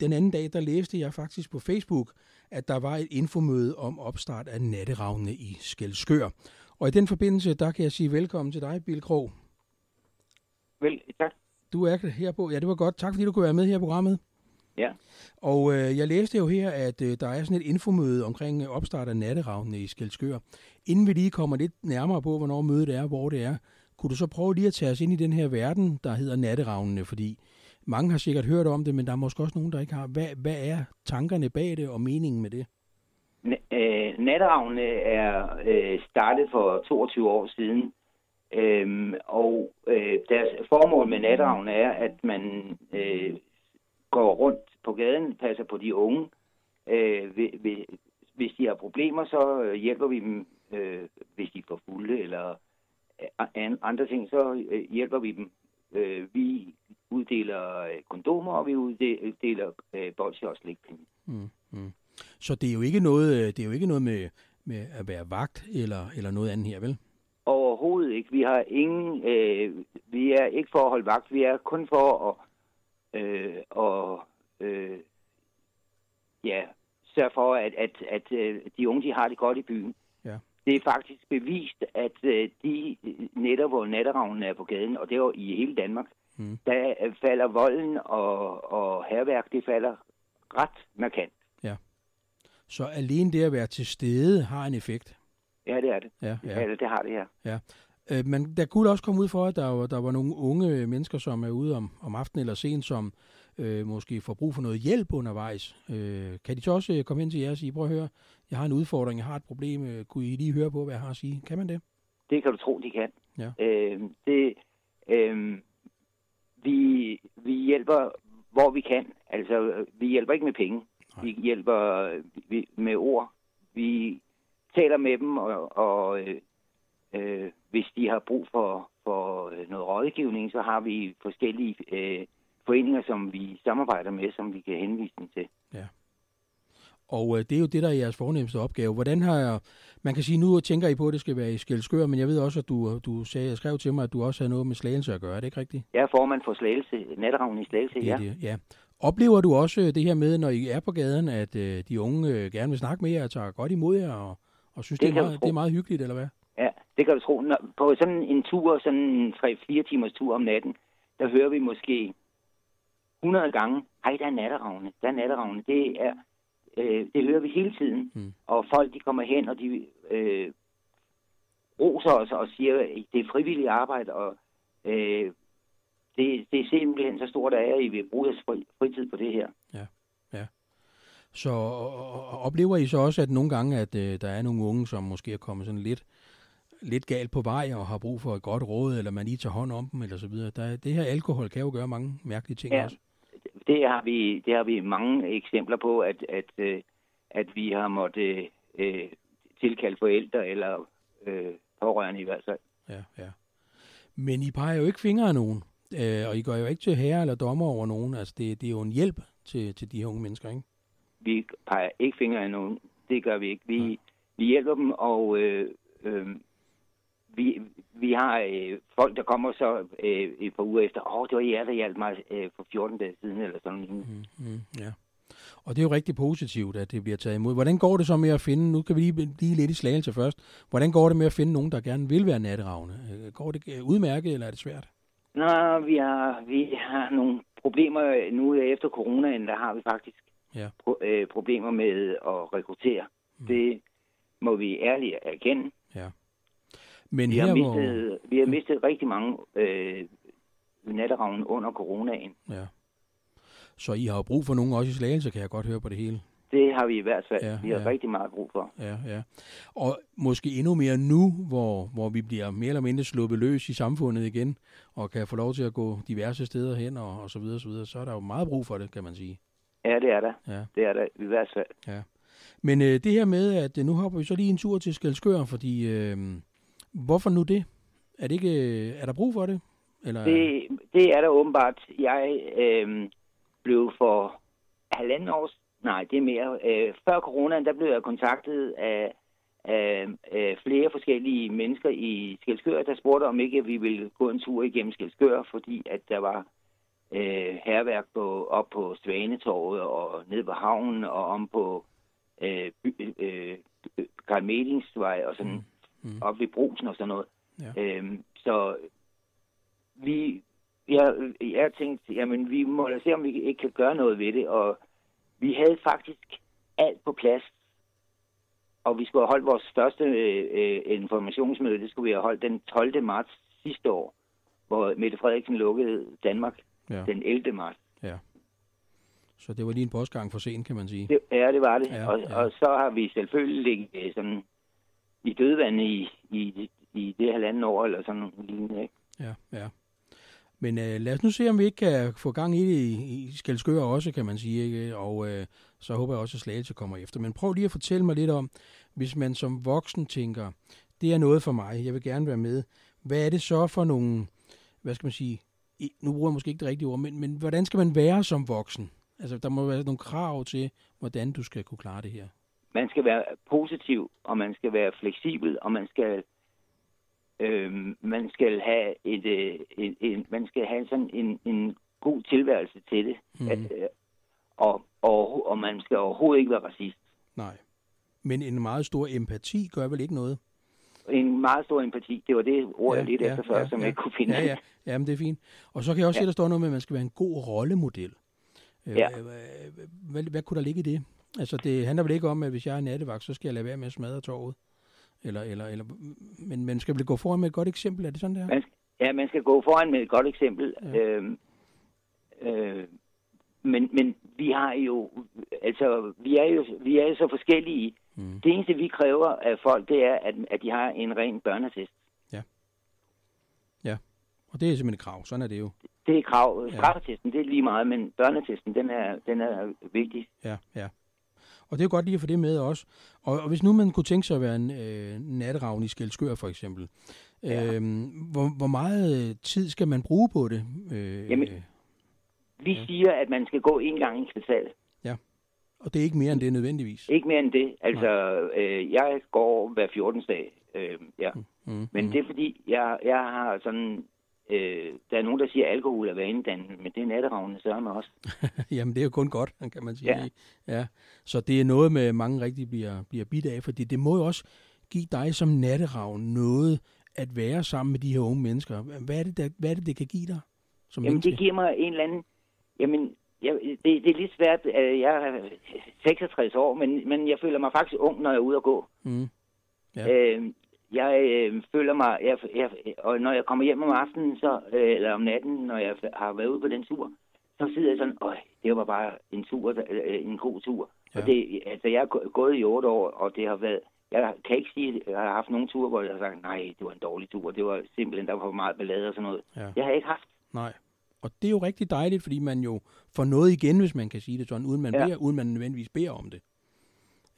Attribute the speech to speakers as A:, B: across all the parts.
A: Den anden dag, der læste jeg faktisk på Facebook, at der var et infomøde om opstart af natteravnene i Skelskør. Og i den forbindelse, der kan jeg sige velkommen til dig, Bill Krog.
B: Vel, tak.
A: Du er her på. Ja, det var godt. Tak fordi du kunne være med her i programmet.
B: Ja.
A: Og øh, jeg læste jo her, at øh, der er sådan et infomøde omkring øh, opstart af natteravnene i Skelskør. Inden vi lige kommer lidt nærmere på, hvornår mødet er, hvor det er, kunne du så prøve lige at tage os ind i den her verden, der hedder natteravnene? Fordi mange har sikkert hørt om det, men der er måske også nogen, der ikke har. Hvad, hvad er tankerne bag det og meningen med det?
B: N- øh, Natteravnene er øh, startet for 22 år siden, øhm, og øh, deres formål med Natteravnene er, at man øh, går rundt på gaden, passer på de unge. Øh, ved, ved, hvis de har problemer, så øh, hjælper vi dem, øh, hvis de er for fulde eller øh, an- andre ting, så øh, hjælper vi dem. Øh, vi uddeler øh, kondomer, og vi uddeler øh, bolsje og slikpinde.
A: Mm, mm. Så det er jo ikke noget, øh, det er jo ikke noget med, med at være vagt eller, eller noget andet her, vel?
B: Overhovedet ikke. Vi har ingen, øh, vi er ikke for at holde vagt, vi er kun for at, øh, at øh, ja, sørge for, at, at, at øh, de unge de har det godt i byen.
A: Ja.
B: Det er faktisk bevist, at øh, de netter, hvor natteravnen er på gaden, og det er jo i hele Danmark,
A: Mm.
B: der øh, falder volden og, og herværk, det falder ret markant.
A: Så alene det at være til stede har en effekt.
B: Ja, det er det.
A: Ja,
B: Ja. Eller det har det her.
A: Øh, Men der kunne også komme ud for, at der var, der var nogle unge mennesker, som er ude om, om aftenen eller sent, som øh, måske får brug for noget hjælp undervejs. Øh, kan de så også øh, komme hen til jer og sige, prøv at høre, jeg har en udfordring, jeg har et problem, øh, kunne I lige høre på, hvad jeg har at sige? Kan man det?
B: Det kan du tro, de kan.
A: Ja.
B: Øh, det, øh, vi, vi hjælper, hvor vi kan. Altså, øh, vi hjælper ikke med penge.
A: Nej.
B: Vi hjælper øh, vi, med ord. Vi taler med dem, og, og øh, øh, hvis de har brug for, for øh, noget rådgivning, så har vi forskellige øh, foreninger, som vi samarbejder med, som vi kan henvise dem til.
A: Og øh, det er jo det, der er jeres fornemmeste opgave. Hvordan har jeg, man kan sige, nu tænker I på, at det skal være i Skelskør, men jeg ved også, at du, du sagde, jeg skrev til mig, at du også havde noget med slagelse at gøre. Er det ikke rigtigt?
B: Jeg er formand for Slagelse, Natteravn i Slagelse,
A: Det
B: ja.
A: er det, ja. Oplever du også øh, det her med, når I er på gaden, at øh, de unge øh, gerne vil snakke med jer og tager godt imod jer og, og synes,
B: Det
A: det, det,
B: kan
A: er
B: du
A: meget,
B: tro.
A: det er meget hyggeligt, eller hvad?
B: Ja, det kan du tro. Når, på sådan en tur, sådan en 3-4 timers tur om natten, der hører vi måske 100 gange, ej, der er natteravne, der er natteravne. Det, er, øh, det hører vi hele tiden.
A: Mm.
B: Mm. Og folk, de kommer hen, og de øh, roser os og siger, at det er frivilligt arbejde, og øh, det, det er simpelthen så stort, at I vil bruge jeres fri- fritid på det her.
A: Så og, og- og oplever I så også, at nogle gange, at øh, der er nogle unge, som måske er kommet sådan lidt, lidt galt på vej og har brug for et godt råd, eller man lige tager hånd om dem, eller så videre. Der, er- det her alkohol kan jo gøre mange mærkelige ting
B: Ja.
A: også.
B: det har vi det har vi mange eksempler på at at øh, at vi har måttet øh, øh, tilkalde forældre eller øh, pårørende i hvert fald.
A: Ja, ja. Men I peger jo ikke fingre af nogen, øh, og I går jo ikke til herre eller dommer over nogen. Altså, det, det er jo en hjælp til, til de her unge mennesker, ikke?
B: Vi peger ikke fingre af nogen. Det gør vi ikke. Vi vi hjælper dem og øh, øh, vi, vi har øh, folk, der kommer så øh, et par uger efter, åh, det var jer, der hjalp mig øh, for 14 dage siden, eller sådan noget.
A: Mm, mm, ja. Og det er jo rigtig positivt, at det bliver taget imod. Hvordan går det så med at finde, nu kan vi lige, lige lidt i slagelse først, hvordan går det med at finde nogen, der gerne vil være natteravne? Øh, Går det øh, udmærket, eller er det svært?
B: Nå, vi har, vi har nogle problemer nu efter coronaen, der har vi faktisk
A: Ja.
B: pro, øh, problemer med at rekruttere. Mm. Det må vi ærligt erkende.
A: Men
B: Vi
A: her,
B: har
A: hvor,
B: mistet, vi har mistet rigtig mange øh, natteravne under coronaen.
A: så I har jo brug for nogen også i slagelse, kan jeg godt høre på det hele.
B: Det har vi i hvert fald.
A: Ja,
B: vi har
A: ja.
B: rigtig meget brug for.
A: Ja, ja. Og måske endnu mere nu, hvor, hvor vi bliver mere eller mindre sluppet løs i samfundet igen, og kan få lov til at gå diverse steder hen, og, og så videre, så videre, så er der jo meget brug for det, kan man sige.
B: Ja, det er der.
A: Ja.
B: Det er der i hvert fald.
A: Men øh, det her med, at øh, nu hopper vi så lige en tur til Skelskør, fordi øh, hvorfor nu det? Er, det ikke, øh, er der brug for det? Eller,
B: Det, det er der åbenbart. Jeg øh, blev for halvanden års... Nej, det er mere. Øh, før coronaen, der blev jeg kontaktet af, af, af flere forskellige mennesker i Skelskør, der spurgte om ikke, at vi ville gå en tur igennem Skelskør, fordi at der var øh, herværk på, op på Svanetorvet og ned på havnen og om på øh, by, øh, Karl Melingsvej og sådan mm. Mm. op ved brusen og sådan noget.
A: Ja.
B: Øhm, så vi, jeg, jeg tænkte, jamen vi må da se, om vi ikke kan gøre noget ved det, og vi havde faktisk alt på plads, og vi skulle have holdt vores første øh, øh, informationsmøde, det skulle vi have holdt den 12. marts sidste år, hvor Mette Frederiksen lukkede Danmark
A: Ja.
B: den 11. marts.
A: ja. Så det var lige en postgang for sent, kan man sige.
B: Det, ja, det var det.
A: Ja,
B: Ja, og,
A: ja.
B: ja. og så har vi selvfølgelig ligget øh, sådan i dødvandet i, i, i det halvanden år, eller sådan noget lignende, ikke?
A: Ja, ja. Men øh, lad os nu se, om vi ikke kan få gang i det i, i Skelskør også, kan man sige. Ikke? Og øh, så håber jeg også, at Slagelse kommer efter. Men prøv lige at fortælle mig lidt om, hvis man som voksen tænker, det er noget for mig, jeg vil gerne være med. Hvad er det så for nogle, hvad skal man sige, i- nu bruger jeg måske ikke det rigtige ord, men, men hvordan skal man være som voksen? Altså, der må være nogle krav til, hvordan du skal kunne klare det her.
B: man skal være positiv, og man skal være fleksibel, og man skal øh, man skal have et, øh, en, en, man skal have sådan en, en god tilværelse til det,
A: Mhm.
B: mm. at, øh, og, og, og man skal overhovedet ikke være racist.
A: Nej. Men en meget stor empati gør vel ikke noget?
B: En meget stor empati, det var det ord, ja, jeg lidt ja, efter før, ja, som ja. jeg ikke kunne finde.
A: Ja, ja. Jamen, det er fint. Og så kan jeg også ja. se, at der står noget med, at man skal være en god rollemodel. Øh,
B: Ja.
A: øh, Hvad, hvad kunne der ligge i det? Altså, det handler vel ikke om, at hvis jeg er nattevagt, så skal jeg lade være med at smadre torvet? Eller, eller, eller, men man skal vel gå foran med et godt eksempel? Er det sådan, der?
B: Man, ja, man skal gå foran med et godt eksempel.
A: Ja.
B: Ja. Øhm, øh, men, men vi har jo, altså, vi er jo, vi er jo så forskellige.
A: Mm.
B: Mm. Det eneste, vi kræver af folk, det er, at, at de har en ren børneattest.
A: Og det er simpelthen et krav. Sådan er det jo.
B: Det er krav.
A: Ja.
B: Straftesten, det er lige meget, men børneattesten, den er, den er vigtig.
A: Ja, ja. Og det er jo godt lige at få det med også. Og, og hvis nu man kunne tænke sig at være en øh, natravn i Skelskør for eksempel,
B: Ja.
A: øhm, hvor, hvor meget øh, tid skal man bruge på det? Øh,
B: Jamen- Vi ja. siger, at man skal gå en gang i kvartal.
A: Og det er ikke mere end det nødvendigvis.
B: Ikke mere end det. Altså, øh, jeg går hver 14. dag. Øh, ja.
A: Mm.
B: Men det er fordi, jeg, jeg har sådan... Øh, der er nogen, der siger, at alkohol er vanedannende, men det er natteravnene sørger med også.
A: Jamen, det er jo kun godt, kan man sige. Ja.
B: Ja.
A: ja. Så det er noget med, mange rigtig bliver, bliver bidt af, fordi det må jo også give dig som natteravn noget at være sammen med de her unge mennesker. Hvad er det, der, hvad er det, det kan give dig som
B: Jamen,
A: menneske?
B: det giver mig en eller anden... Jamen, jeg, det, det er lidt svært. øh, Jeg er 66 år, men, men jeg føler mig faktisk ung, når jeg er ude at gå.
A: Mm. Ja.
B: Ja. Øh, jeg øh, føler mig... Jeg, jeg, og når jeg kommer hjem om aftenen, så, øh, eller om natten, når jeg har været ude på den tur, så sidder jeg sådan, øj, det var bare en tur, der- øh, en god tur. Ja.
A: Ja.
B: Og det, altså, jeg er gå- gået i otte år, og det har været... Jeg kan ikke sige, at jeg har haft nogen tur, hvor jeg har sagt, nej, det var en dårlig tur. Det var simpelthen, der var for meget ballade og sådan noget.
A: Ja.
B: Jeg har ikke haft
A: Nej. Og det er jo rigtig dejligt, fordi man jo får noget igen, hvis man kan sige det sådan, uden man, ja.
B: Ja.
A: beder, uden man nødvendigvis beder om det.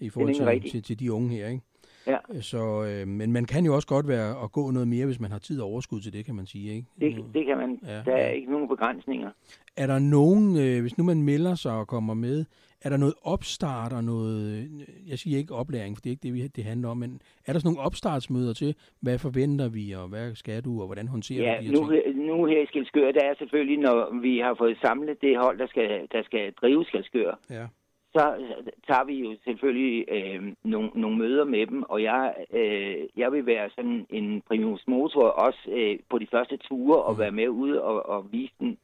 A: I forhold
B: nemlig
A: til,
B: rigtigt.
A: til, til de unge her, ikke?
B: Ja.
A: Så, øh, men man kan jo også godt være at gå noget mere, hvis man har tid og overskud til det, kan man sige, ikke? Øh,
B: Det, det kan man.
A: Mm. Ja,
B: Ja, der er
A: ja.
B: ikke nogen begrænsninger.
A: Er der nogen, øh, hvis nu man melder sig og kommer med, er der noget opstart og noget, øh, jeg siger ikke oplæring, for det er ikke det, vi, det handler om, men er der sådan nogle opstartsmøder til, hvad forventer vi, og hvad skal du, og hvordan håndterer
B: Ja,
A: du de her
B: nu,
A: ting?
B: nu her i Skelskør, der er selvfølgelig, når vi har fået samlet det hold, der skal, der skal drive Skelskør,
A: Ja,
B: så øh, tager vi jo selvfølgelig øh, nogle, nogle møder med dem, og jeg, øh, jeg vil være sådan en primus motor også øh, på de første ture
A: Mm.
B: og være med ude og, og vise dem,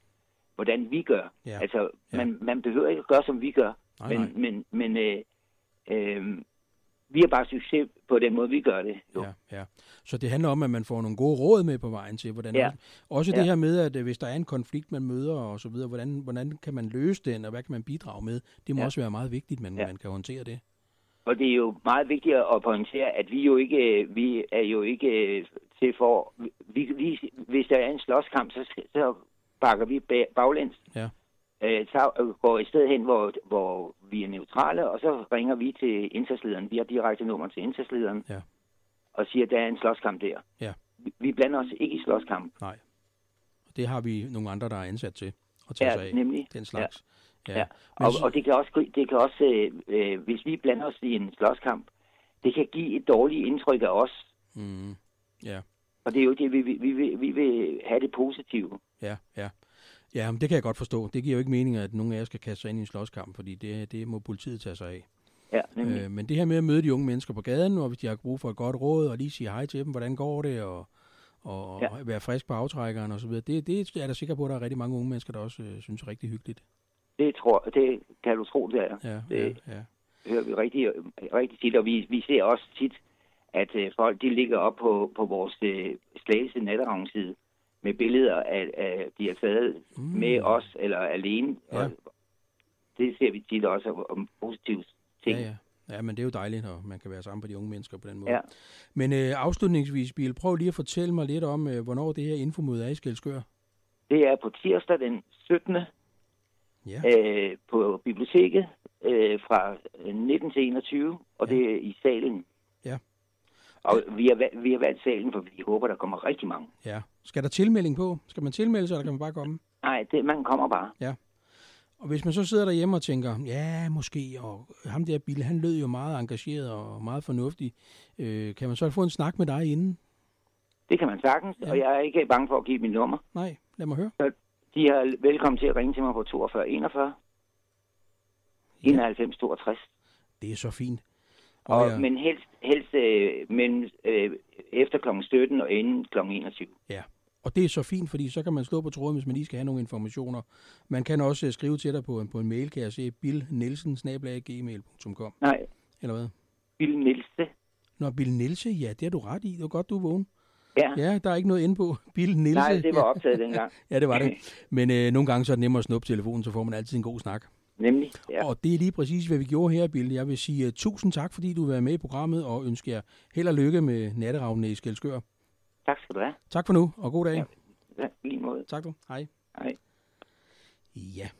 B: hvordan vi gør.
A: Ja.
B: Altså,
A: Ja.
B: man, man behøver ikke at gøre, som vi gør,
A: Nej,
B: men,
A: nej.
B: men, men øh, øh, vi har bare succes på den måde, vi gør det. Jo.
A: Ja, ja. Så det handler om, at man får nogle gode råd med på vejen til, hvordan
B: Ja.
A: også, også det
B: Ja.
A: her med, at øh, hvis der er en konflikt, man møder og så videre, hvordan, hvordan kan man løse den, og hvad kan man bidrage med? Det må ja.
B: Ja.
A: også være meget vigtigt, man, ja.
B: Ja.
A: man kan håndtere det.
B: Og det er jo meget vigtigt at pointere, at vi jo ikke, vi er jo ikke øh, til for, vi, vi, hvis der er en slåskamp, så, så bakker vi bag- baglæns,
A: Ja,
B: øh, tager, øh, går et sted hen, hvor, hvor vi er neutrale, og så ringer vi til indsatslederen. Vi har direkte nummer til indsatslederen
A: Ja.
B: og siger, at der er en slåskamp der.
A: Ja.
B: Vi, vi blander os ikke i slåskamp.
A: nej. Og det har vi nogle andre, der er ansat til at tage
B: Ja,
A: sig af.
B: nemlig.
A: Den slags.
B: Ja. Ja.
A: Men
B: Og,
A: så-
B: og det kan også, det kan også øh, øh, hvis vi blander os i en slåskamp, det kan give et dårligt indtryk af os,
A: Mm, ja,
B: Og det er jo det, vi, vi, vi, vi vil have det positive.
A: ja, ja. Ja, men det kan jeg godt forstå. Det giver jo ikke mening, at nogen af jer skal kaste sig ind i en slåskamp, fordi det, det må politiet tage sig af.
B: Ja, nemlig.
A: Øh, men det her med at møde de unge mennesker på gaden, og hvis de har brug for et godt råd, og lige sige hej til dem, hvordan går det, og, og ja.
B: Ja.
A: være frisk på aftrækkeren osv., det, det er jeg da sikker på, at der er rigtig mange unge mennesker, der også øh, synes er rigtig hyggeligt.
B: Det, tror, det kan du tro, det er.
A: Ja,
B: Det-
A: ja, ja.
B: hører vi rigtig, rigtig tit, og vi, vi ser også tit, at øh, folk de ligger op på, på vores øh, Slagelse natteravnside med billeder af, af de er taget mm. med os eller alene.
A: Ja.
B: Og det ser vi tit også om, om positive ting.
A: Ja, ja. ja, men det er jo dejligt, når man kan være sammen med de unge mennesker på den måde.
B: Ja.
A: Men øh, afslutningsvis, Biel, prøv lige at fortælle mig lidt om, øh, hvornår det her infomøde er i Skelskør.
B: Det er på tirsdag den 17.
A: Ja,
B: Øh, på biblioteket øh, fra 19 til 21, og ja. det er i salen.
A: Ja.
B: Og vi har, valgt, vi har valgt salen, for vi håber, der kommer rigtig mange.
A: ja. Skal der tilmelding på? Skal man tilmelde sig, eller kan man bare komme?
B: Nej, det, man kommer bare.
A: Og hvis man så sidder derhjemme og tænker, ja, måske, og ham der Bill, han lød jo meget engageret og meget fornuftig. Øh, kan man så få en snak med dig inden?
B: Det kan man sagtens,
A: Ja.
B: ja. og jeg er ikke bange for at give mit nummer.
A: Nej, lad mig høre.
B: De er velkommen til at ringe til mig på 42 41
A: Ja.
B: 91 62.
A: Det er så fint.
B: Og,
A: ja,
B: Men helst, helst øh, mellem, øh, efter kl. 17 og inden kl. 21.
A: ja. Og det er så fint, fordi så kan man slå på tråden, hvis man lige skal have nogle informationer. Man kan også øh, skrive til dig på en, på en mail, kan jeg se, billnielsen-gmail.com,
B: Nej,
A: eller hvad?
B: Bill Nielse.
A: Nå, Bill Nielse, ja, det har du ret i. Det var godt, du er vågen.
B: Ja. ja.
A: Ja, der er ikke noget inde på. Bill Nielse.
B: Nej, det var optaget dengang.
A: Ja, det var det. Men øh, nogle gange så er det nemmere at snuppe telefonen, så får man altid en god snak.
B: Nemlig.
A: Ja.
B: Ja.
A: Og det er lige præcis, hvad vi gjorde her, Bill. Jeg vil sige uh, tusind tak, fordi du var med i programmet, og ønsker jer held og lykke med natteravnene i Skelskør.
B: Tak skal du have.
A: Tak for nu, og god dag. Ja.
B: Ja, i lige måde.
A: Tak du. Hej.
B: Hej.
A: Ja,